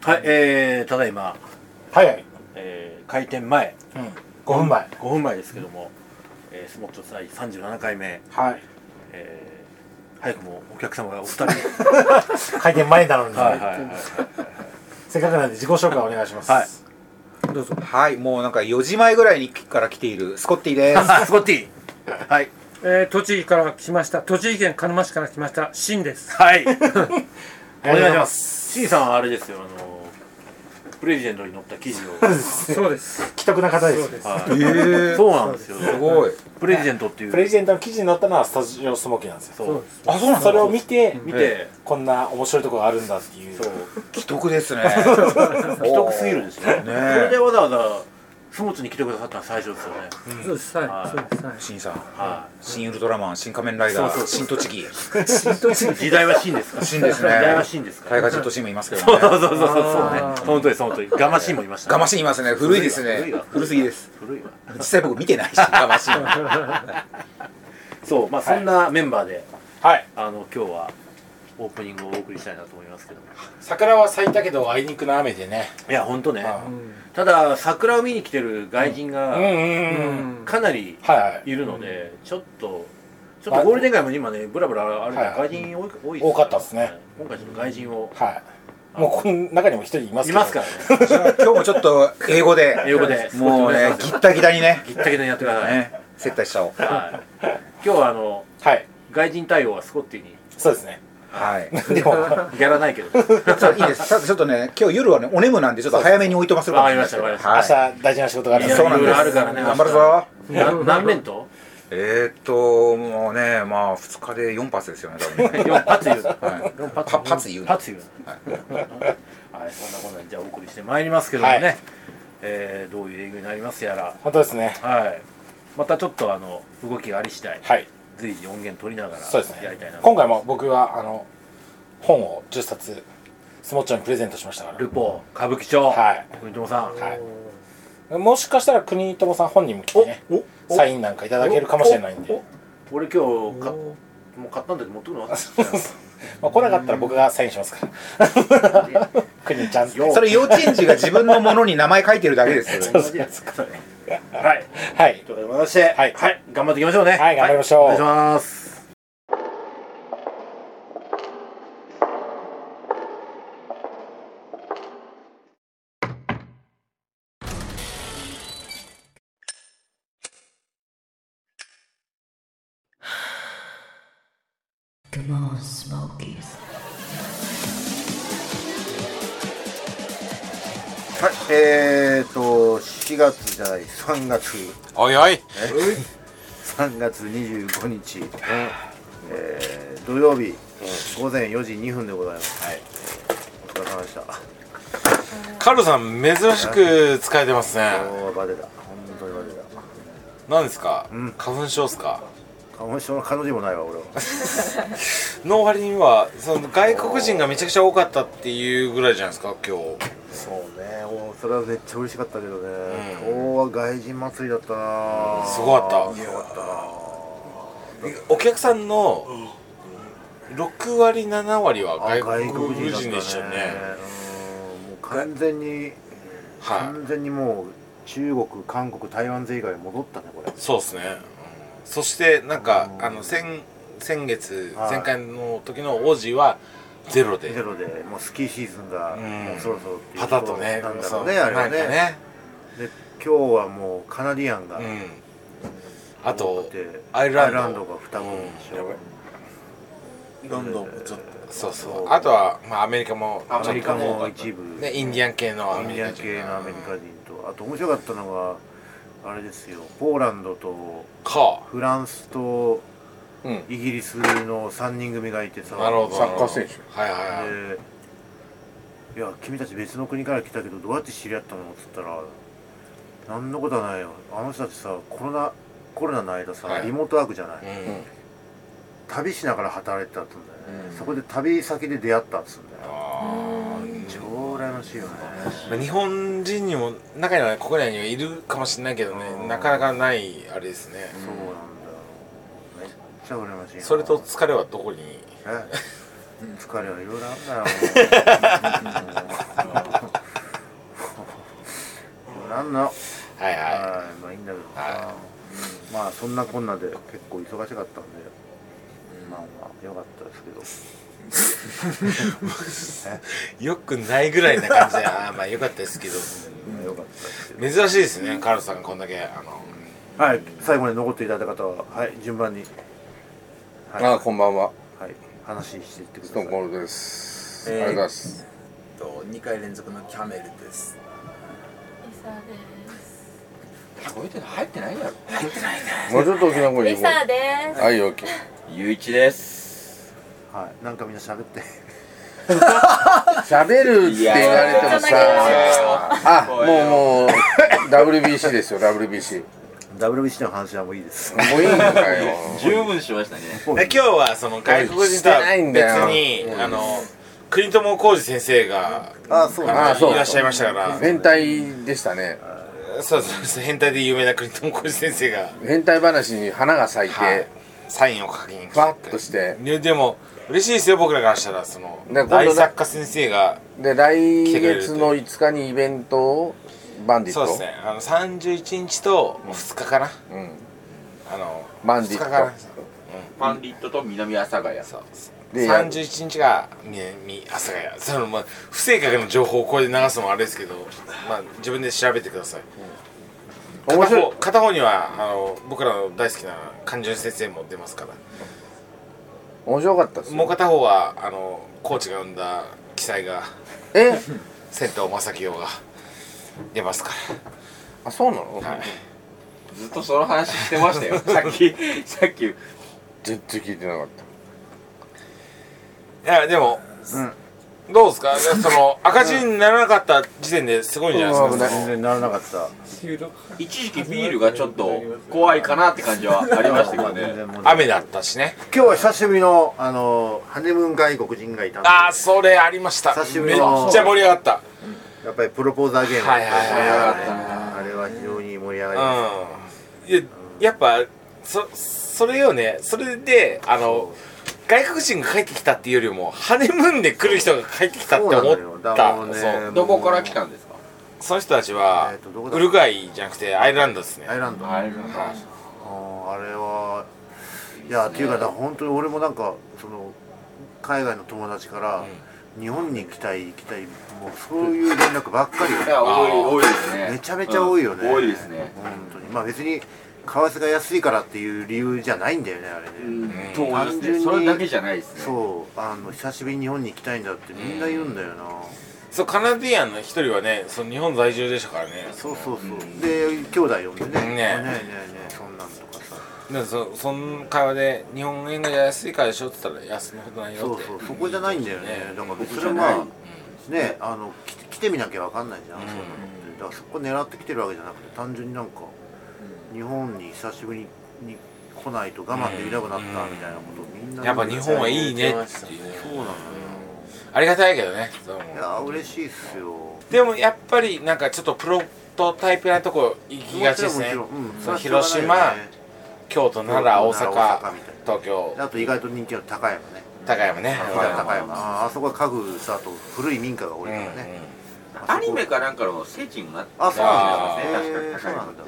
はい、えー、ただいま、はいはい、えー、開店前、うん、5分前5分前ですけども、えー、スモッチョ祭37回目、はいえー、早くもお客様がお二人。開店前なのに、はいはいはい。せっかくなんで自己紹介お願いします、はいどうぞはいもうなんか4時前ぐらいにから来ているスコッティですあ、スコッティはい。えー、栃木から来ました栃木県鹿沼市から来ましたシンですはい。ありがとうございますす。シンさんはあれですよ、あの、プレジデントに載った記事を。そうです既得な方でそうすですはえいーそうなんですよ。すごいプレジデントっていプレう。ジデントの記事に載ったのはスタジオスモーキーなんですよそう。あそうなんそれを見て、見て、こんな面白いところがあるんだっていうそう。既得ですね既得すぎるでしょ。ねそえれでわざわざ、スモッチョに来てくださったのは最初ですよね。そうですははいいそうですはい新さんは新ウルトラマン新仮面ライダそうそーうそう新栃木い。時代はシンですから。シンですね時代はシンですからタイ。ガージェットシーンもいますけそうどそうそねうそうそうねあーその通りその通りガマシンもいましたガマシーンいますね古いです古いねわ古すぎです古いわ実際僕見てないしガマ シーンはそうまあそんなメンバーではいあの今日はオープニングをお送りしたいなと思いますけども桜は咲いたけどあいにくの雨でねいや本当ねあただ桜を見に来てる外人うんがうんううんんかなりはいはいいるのでちょっとちょっとゴールデン街も今ねブラブラあるはい外人多い多い多かったですね今回ちょっと外人をはいもうこの中にも一人いまいすけどますからねじゃあ今日もちょっと英語で英語でもうねギッタギタにね ギッタギタにやってくださいね接待しちゃおうはい今日はあのはい外人対応はスコッティにそうですねはい でもギャラないけどそういいです。ただちょっとね、今日夜はね、お眠なんで、ちょっと早めにおいとまするかもしれないですけど。わかりました明は日大事な仕事がある明ん日日でい。そうなんいろいです。ろあるからね頑張るぞ。な何連投えー、っと、もうね、まあ、2日で4発ですよね、多分ね。 4発言うのはい四発パパツ言うのパツ言うのはいそんなことでじゃあお送りしてまいりますけどもはねいえーどういう映画になりますやら本当ですねはいまたちょっとあの動きがあり次第はい随時音源取りながそうですらやりねたいな今回も僕はあの本を10冊スモッチョにプレゼントしましたかルポ歌舞伎町はい国友さんら、はい、もしかしたら国友さん本人も来てねサインなんかいただけるかもしれないんおでお俺今日かおもう買ったんだけど持ってくの まあ来なかったら僕がサインしますから国ちゃんってよ それ、幼稚園児が自分のものに名前書いてるだけですよ。同じやつかそれはいはいということでございましてはいはい頑張っていきましょうねはい頑張りましょうお願いしますはい、えーと、4月じゃない、3月、おいおい3月25日、えー土曜日、午前4時2分でございます。はい。お疲れ様でした。カルロさん珍しく疲れてますね今日はバテだ。本当にバテだ。何ですか、花粉症ですか花粉症の彼女もないわ、俺は。の割にはその外国人がめちゃくちゃ多かったっていうぐらいじゃないですか今日そうね、もうそれはめっちゃ嬉しかったけどね、今日は外人祭りだったなすごかったすごかったなお客さんの6割7割はあ外国人でしたよねうんもう完全に、はい完全にもう中国韓国台湾勢以外戻ったねこれそうですね、うんそしてなんかあの先先月はい前回の時の王子はゼロでゼロでもうスキーシーズンがうんもうそろそろっていうパタッとねなんだそろううねあれはなんかねねで今日はもうカナディアンがうんあ多とくてアイルランドが2組でしうんやょばいロンドンもちょっとそうそそううあとはまあアメリカもちょっとアメリカねも一部ねインディアン系のアインメリディアカン人系のアメリカ人とあと面白かったのがあれですよポーランドとかフランスとうんイギリスの3人組がいてさなるほどサッカー選手はいはいはいで「いや君たち別の国から来たけどどうやって知り合ったの?」っつったら「何のことはないよあの人たちさコロナコロナの間さ、はいリモートワークじゃない、うん旅しながら働いてたっつうんだよね、うんそこで旅先で出会ったっつうんだよ、あー超羨ましいよねまあ日本人にも中には国内にはいるかもしれないけどうねんなかなかないあれですねそうなんだよめっちゃ羨ましいなそれと疲れはどこにえ疲れはいろいろあんだよんのはいははいまあいいんだけどさ、はうんまあそんなこんなで結構忙しかったんで、まあまあよかったですけどいよくないぐらいな感じであーまあよかったですけ どまあよかったですけど、珍しいですねカールさんこんだけあのはい最後に残っていただいた方ははい順番にはい、あこんばんははい、話していってくださストいーンコールドです、えーありがとうございますと2回連続のキャメルですリサです。こいつ入ってないやろもうちょっと大きな声でリ言こサでうはい OK ゆういちですはいなんかみんな喋って喋るって言われてもさいやあもうもう WBC ですよ WBC WBC の話はもういいですもういいのかよ十分しましたねで今日はその外国人とは別にあの国友浩二先生があそうああそうのいらっしゃいましたから変態でしたねそうそうそう変態で有名な国友浩二先生が、変態話に花が咲いはいてサインを書きに来てふわっとしてねでも嬉しいですよ僕らからしたらそのね今度ね大作家先生がで来月の5日にイベントをバンディッそうトですねあの31日と2日かな、うんあのバンディッ2ト日かなパンディットと南阿佐ヶ谷さでやる31日が南阿佐ヶ谷そのまあ不正確な情報をこれで流すのもあれですけどまあ自分で調べてください面片白い方片方にはあの僕らの大好きな勘純先生も出ますから面白かったですもうよ片方はあのコーチが生んだ記載がえ仙頭正清が出ますかあそうなの、ら、はい、ずっとその話してましたよさっきさっき全然聞いてなかったいやでも、どうですかその赤字にならなかった時点ですごいんじゃないですか、うん全然ならなかった一時期ビールがちょっと怖いかなって感じはありましたけど全ね然問題ない雨だったしね今日は久しぶりのあのハネムーン外国人がいたんでああそれありました久しぶめりっちのゃ盛り上がったやっぱりプロポーザーゲームはいはいはいあれは非常に盛り上がりましたうんいややっぱそそれよねそれであの外国人が帰ってきたっていうよりもハネムーンで来る人が帰ってきたって思そうっなのよだたかそう,、らねどこから来たんですかその人たちはえーとどこだウルグアイじゃなくてアイルランドですねアイランドはああいれはいやっていうかだから本当に俺もなんかその海外の友達から日本に行きたい行きたいもうそういう連絡ばっかりよいや多い多いですねめちゃめちゃ多いよねうん多いですね本当にまあ別に為替が安いからっていう理由じゃないんだよねあれね、うんと思います単純ねにそれだけじゃないですねそうあの久しぶりに日本に行きたいんだってみんな言うんだよな、そうカナディアンの一人はねその日本在住でしたからねそうそうそう、で兄弟呼んでねねねえねえねえそんなんとかさでそその会話で日本円が安いからでしょって言ったら安いことないよそっうてそうそこじゃないんだよねだから別こじゃにないまあねあの来て来てみなきゃわかんないじゃん、そんなのってだからそこ狙ってきてるわけじゃなくて単純になんか日本に久しぶりに来ないと我慢できなくなったみたいなことをみんなやっぱ日本はいいねっていうそうなのよありがたいけどねそいうや嬉しいっすよでもやっぱりなんかちょっとプロトタイプなとこ行きがちですもねちろんもちろんうんそのそれは広しょう島がないよね京都奈良大京都阪奈良大阪みたいな東京であと意外と人気の高山ね高山ね高山高山あーあそこは家具さあと古い民家が多いからね、アニメかなんかの聖地にもなってあそうなんだねへー確かそうになんだ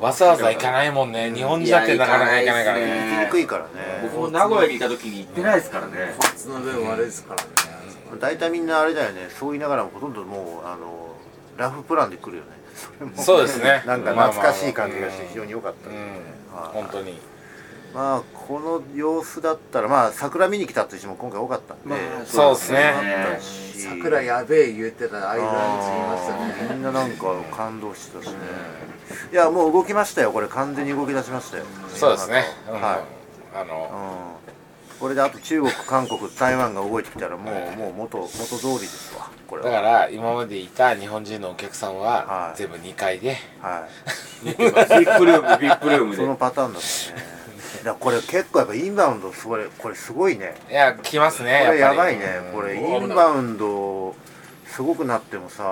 わざわざ行かないもんね日本人だってなかなか行かないからいや行かねな行きにくいからね僕も名古屋にいた時に行ってないですからねその分悪いですからね、大体みんなあれだよねそう言いながらもほとんどもうあのラフプランで来るよねそれもそうですね なんか懐かしい感じがして非常に良かったうね、んはい本当にまあこの様子だったらまあ桜見に来たっていう人も今回多かったんで、まあそうですねし桜やべえ言ってたアイルランドにいましたねみんななんか感動してたしね、いやもう動きましたよこれ完全に動き出しましたよそうですねうんはい、あのうん、これであと中国韓国台湾が動いてきたらもう、もう元元通りですわこれだはから今までいた日本人のお客さんははい全部2階ではいビップルームビップルームそのでパターンだったねだからこれ結構やっぱインバウンドそれこれすごいねいや来ますねこれややっぱばりいねこれインバウンドすごくなってもさ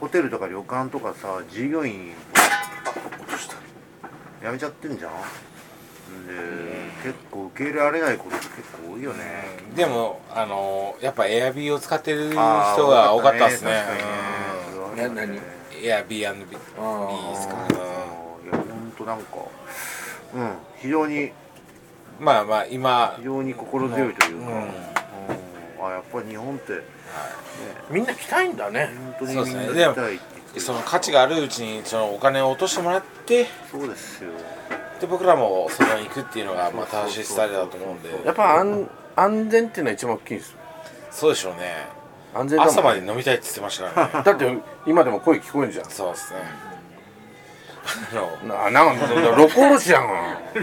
ホテルとか旅館とかさ従業員やめちゃってんじゃんで結構受け入れられないことって結構多いよねでもあのやっぱエアビーを使ってる人あーが多かったですね確かにねそれはあるよねな何いや B&B ですかねいや本当なんかうん非常にまあまあ今非常に心強いというか、うんうんあやっぱり日本ってみんな来たいんだね本当にそうみですんねな行きたいって言ってくれるその価値があるうちにそのお金を落としてもらってそうですよで僕らもそこに行くっていうのがまあ正しいスタイルだと思うんでやっぱ安安全っていうのは一番大きいんですよそうでしょうね安全だもん朝まで飲みたいって言ってましたからねだって今でも声聞こえんじゃんそうですねあのななんかロコおろしやん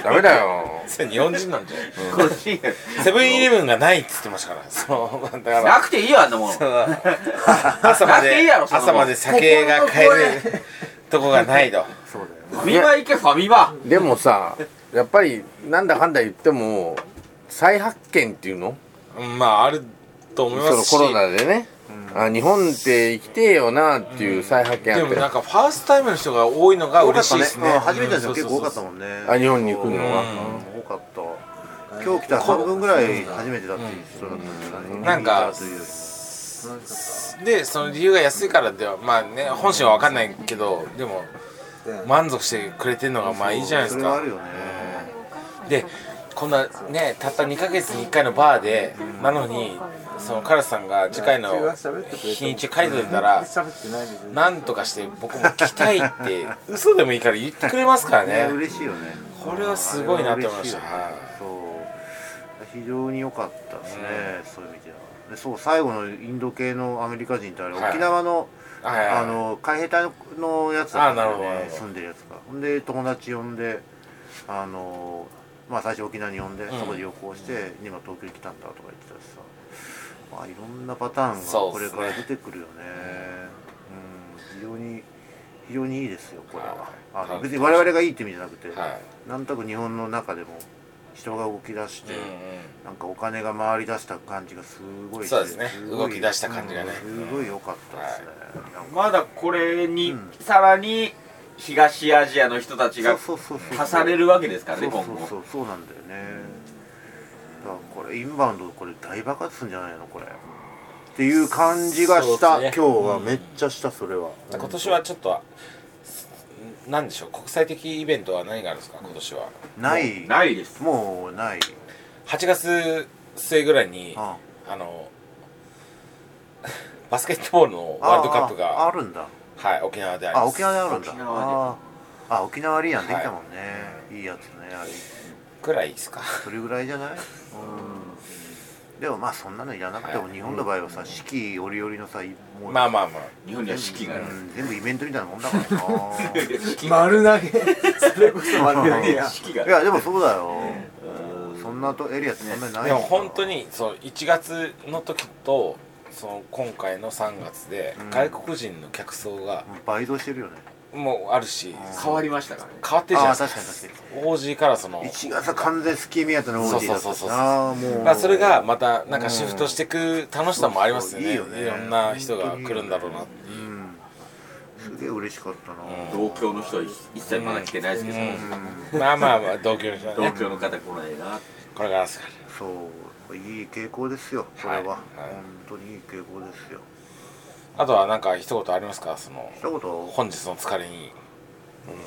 ダメだよそれ日本人なんじゃないセブンイレブンがないって言ってましたからそのだからなくていいよあんなもの 朝まだっていいでやろそんな朝まもんで酒が買えるとこがないとファミマ行けファミマでもさやっぱりなんだかんだ言っても再発見っていうのうんまああると思いますしそのコロナでね、あ日本って生きてえよなっていう再発見あでっもて、なんかファーストタイムの人が多いのが嬉しいですねうん初めての人結構多かったんもんねあ日本に来るのはうん多かった今日来た半分ぐらい初めてだっていう人だったんじゃなないんかというでその理由が安いからではまあね本心は分かんないけどでも満足してくれてるのがまあいいじゃないでそすれはあかるよねでこんなねたった2ヶ月に1回のバーでなのにそのカラスさんが次回の日にち書いてたらなんとかして僕も来たい って嘘でもいいから言ってくれますからねね嬉しいよねこれはすごいなって思いましたあれは嬉しいよねそう非常に良かったですねそういう意味ではでそう最後のインド系のアメリカ人ってあれはい沖縄のはいはいあの海兵隊のやつだったんだあなるほどなよるほねど住んでるやつがほんで友達呼んであのまあ最初沖縄に呼んでんそこで旅行して今東京に来たんだとか言ってたしさまあいろんなパターンそがうこっれすねから出てくるよねうん非常に非常にいいですよこれはあの別に我々がいいって意味じゃなくてはいなんとなく日本の中でも人が動き出して、うなんかお金が回り出した感じがすごいそうですねご動いき出した感じがねうんすごい良かったですね、なんかまだこれに、うんさらに東アジアの人たちそがうそうそうそう足されるわけですからそねうそう今後そうそうなんだよね、だからこれインバウンドこれ大爆発するんじゃないのこれっていう感じがした、そうですね今日はめっちゃしたそれは、ん今年はちょっとなんでしょう国際的イベントは何があるんですか今年はないないですもうない8月末ぐらいにああの バスケットボールのワールドカップああがあるんだはい沖縄でありあます沖縄であるんだ沖縄であーあ沖縄アリーナできたもんね、い、いやつねあれぐらいですかそれぐらいじゃない、でもまあそんなのいらなくても日本の場合はさ四季折々のさもうまあまあまあ日本には四季がある、うん全部イベントみたいなもんだから な丸投げそれこそ丸投げや四季があいるやでもそうだよそんなとエリアってそんなにないでも本当にそう1月の時とその今回の3月でうん外国人の客層が倍増してるよねもうあるし変わりましたからね変わってるじゃあなあいで確すかかに確か OG からそのに1月は完全スキー目当てのオーディだったそうそうそうそうああもうまあそれがまたなんかシフトしていく楽しさもありますよね,、そうそういいいよねろんな人が来るんだろうなうんすげえ嬉しかったな同郷の人は一切まだ来てないですけど、まあまあまあ同居の 人は同ね郷の方来ないなこれからですかそういい傾向ですよそれは、はいはい本当にいい傾向ですらよあとはなんか一言ありますかその一言本本日の疲れに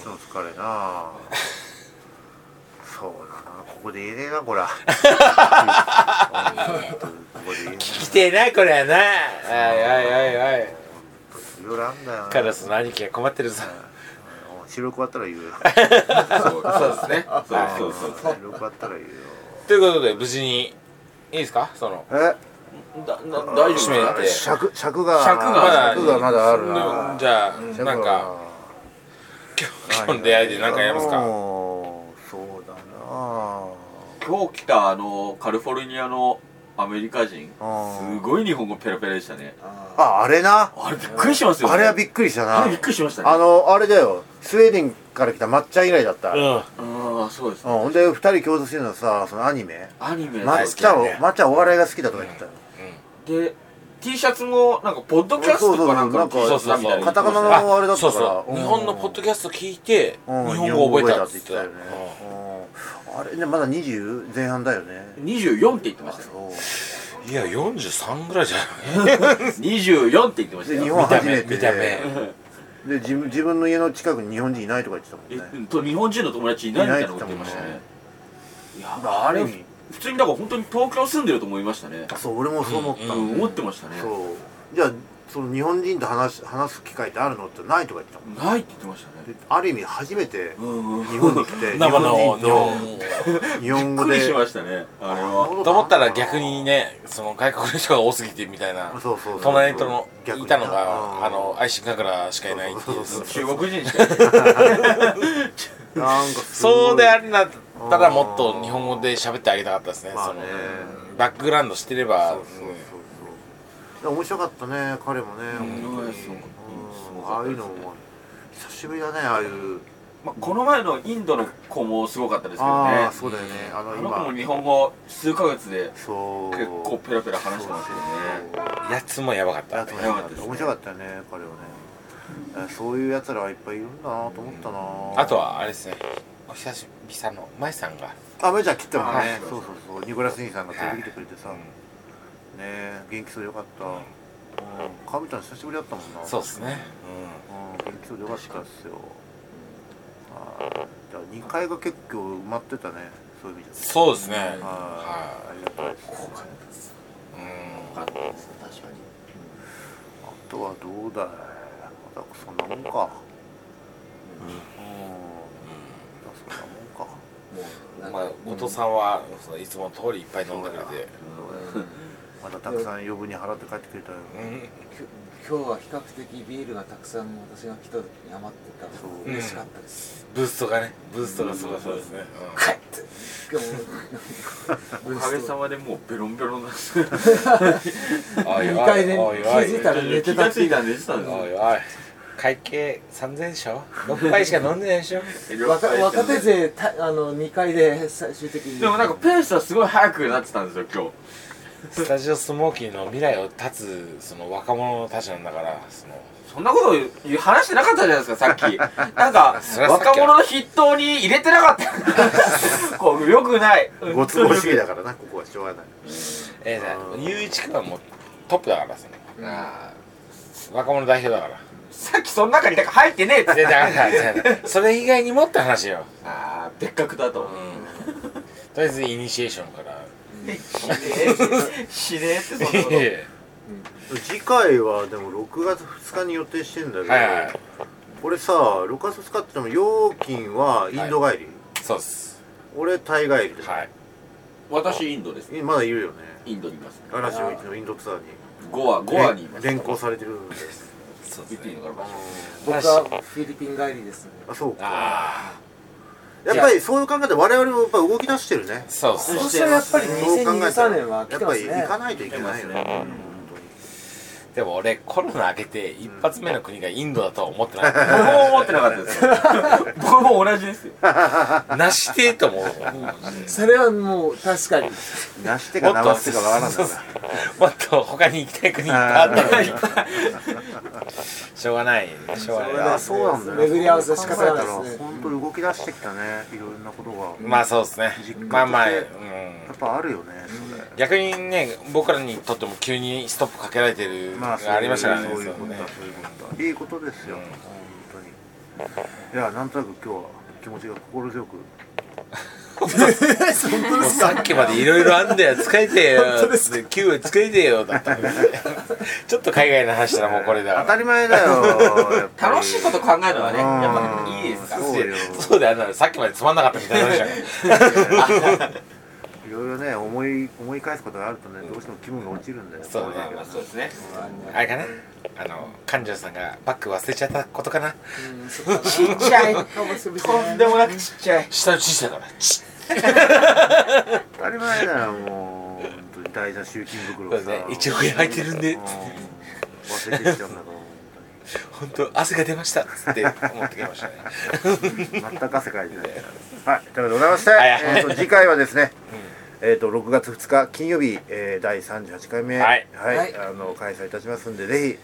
日の疲れな あそうだなここで言えねえなこら本当にここで言えね来てえなこれはなおいおいおいおいえいろいろあんだよカなラスの兄貴が困ってるさ白く終わったら言うよそうそうですねそうそうそう白く終わったら言うよということで無事にいいですかそのえだな大丈夫締めて尺尺が尺が尺がまだあるなじゃあなんか今日の出会いで何かやりますあかのーそうだなあ今日来たあのカリフォルニアのアメリカ人あーすごい日本語ペラペラでしたねああれなあれびっくりしますよねあれはびっくりしたなあれびっくりしましたねあのあれだよスウェーデンから来た抹茶以来だった、うん、ああそうですねほんで2人共通してるのはさそのアニメアニメの抹茶を抹茶お笑いが好きだとか言ってたよ、で T シャツもなんかポッドキャストかなんかの T シそャうツそうそうだみたいなカタカナあのあれだったからそうそううん日本のポッドキャスト聞いて日うん本語覚えたっ日て言ってた本語覚えたって言ってたよね、うんあれねまだ20前半だよね24って言ってましたよそううんいや43ぐらいじゃない24って言ってましたでよ日本初めて見た目見た目でで自分自分の家の近くに日本人いないとか言ってたもんえねと日本人の友達いないみたいなこと言ってましたいないねっていやまあある意味普通にだから本当に東京住んでると思いましたねそう俺もそう思った、うん思ってましたねそうじゃあその日本人と話す話す機会ってあるのってないとか言ってたもんないって言ってましたねである意味初めてうんうん日本に来 て日生の本人どとう日本びっ語くでりしましたねあれはと思ったら逆にねその外国の人が多すぎてみたいな そうそうそう隣との逆にいたのうんがあのアイシングカグラしかいないっていうそう 中国人しかいないなんかすごいそうであれだったらもっと日本語で喋ってあげたかったですね,、まあねそのバックグラウンドしてればそうそうそうそう面白かったね彼もね、本当にううんんああいうのも久しぶりだねああいうまあ、この前のインドの子もすごかったですけどあねあそうだよねああのの子も今日本語数ヶ月でそう結構ペラペラ話してますよねうんやつもやばかったやつもよかったですね面白かったよね彼はねあそういうやつらはいっぱいいるんだなと思ったなあとはあれですねお久しぶりさんの舞さんがあめちゃん切ったもんはいねそうそうそうニコラス兄さんが連れてきてくれてさねえ元気そうでよかったうんかみちゃん久しぶりだったもんなそうですね、うん元気そうでよかったっすよはいじゃあ2階が結構埋まってたねそういう意味うん、じそうですねゃははいありがたいですい、うん確かにあとはどうだいまだそんなもんかうん、そんなもんかまあ、お父さんは、そういつもの通りいっぱい飲んでくれそうだてよ、まだたくさん余分に払って帰ってくれたようん、今日は比較的ビールがたくさん私が来た時に余ってたそうので嬉しかったです、ブーストがねブーストがすごそうですね、帰って今日おもかげさまでもうベロンベロンなんです ようん、おいおい二階でおいおい気づいたら寝て気たっがてついいうたんでしたんおでいおい会計3000でしょ6杯しか飲んでないでしょすよ若若手勢たあの2階で最終的にでもなんかペースはすごい早くなってたんですよ今 日スタジオスモーキーの未来を断つその若者たちなんだからそのそんなこと言う話してなかったじゃないですかさっ きなんかそれはさっ若きは者の筆頭に入れてなか ったこうよくないご都合主義だからなここはしょうがないええだゆういちくんはもうトップだからその、若者代表だからさっきその中になんか入ってねえってで だからだ からそれ以外にもって話よ、ああ別格だとうん、とりあえずイニシエーションから死ねえ死ねえってそんなこといえいえ次回はでも6月2日に予定してんだけど、はいはい俺さ6月2日ってでも料金はインド帰り、そうっす俺タイ帰りで、はい私インドですねいまだいるよねインドにいます嵐ののインドツアーにゴアゴアにいます連行されてるんでそうっ言っていいのかな場所僕はフィリピン帰りですねあそうかあやっぱりそういう考えで我々もやっぱ動き出してるねあそうっすそしたらやっぱりそう考えた2023ら年は来てますねやっぱり行かないといけないよね、うん本当にでも俺コロナ明けて一発目の国がインドだとは思ってな僕かも思ってなかったですよ 僕も同じですよ ったなしてえと思うもそれはもう確かになしてかなわしてかわからんそうだそうなっと他に行きたい国いっぱいあったのにしょうがないしょうがいないやそうなんだよ巡り合わせの仕方なんですねそう考えたら本当に動き出してきたねいろんなことが、まあそうですね実家としてまあまあ、うん、やっぱあるよねそれ、逆にね僕らにとっても急にストップかけられてるまあそういうありましたからねそうそいううことねだそういうことだいいことですよ、うん本当にいやなんとなく今日は気持ちが心強くもうさっきまでいろいろあんだよ 疲れてよ9割疲れてよだったのにちょっと海外の話したらもうこれだ当たり前だよ やっぱり楽しいこと考えるのはねうんやっぱいいですからそうよそうだよなさっきまでつまんなかったみたいな話じゃんいろいろね思い思い返すことがあるとねどうしても気分が落ちるんだよそうねこいのまがあそうですねあれかなあの勘定さんがバッグ忘れちゃったことかなちっちゃいとんでもなくちっちゃい下の小さいからちっ当たり前だよもう本当に大事な集金袋をそうさ、ね一億円入ってるんでうん忘れてきちゃうんだから本本当汗が出ましたっつって思ってきましたね当に全く汗かいてない はいということでございまして、はいえーと次回はですね、えー、と6月2日金曜日、えー、第38回目、はいはいあの開催いたしますんでぜひ、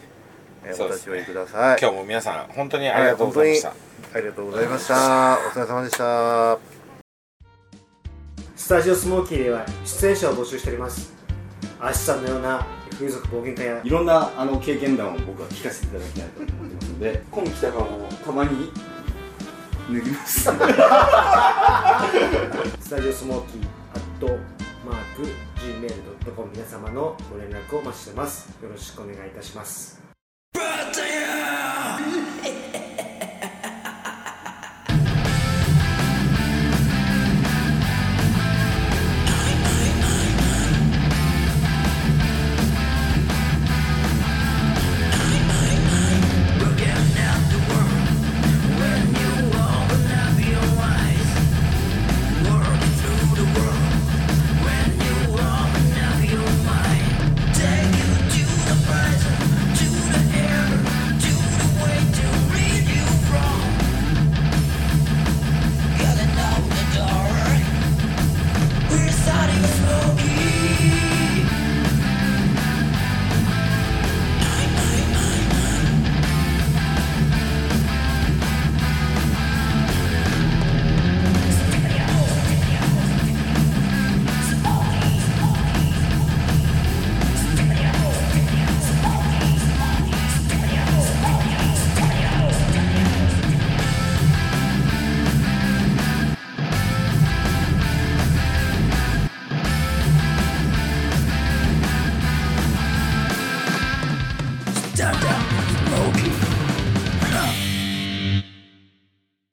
えーそうおで立すちね寄りください今日も皆さん本当にありがとうございました、はありがとうございましたお疲れ様でしたスタジオスモーキーでは出演者を募集しておりますアシさんのような民族冒険会やいろんなあの経験談を僕は聞かせていただきたいと思ってますので今来たからもたまに脱ぎますスタジオスモーキーアットマーク Gmail.com 皆様のご連絡をお待ちしてますよろしくお願いいたします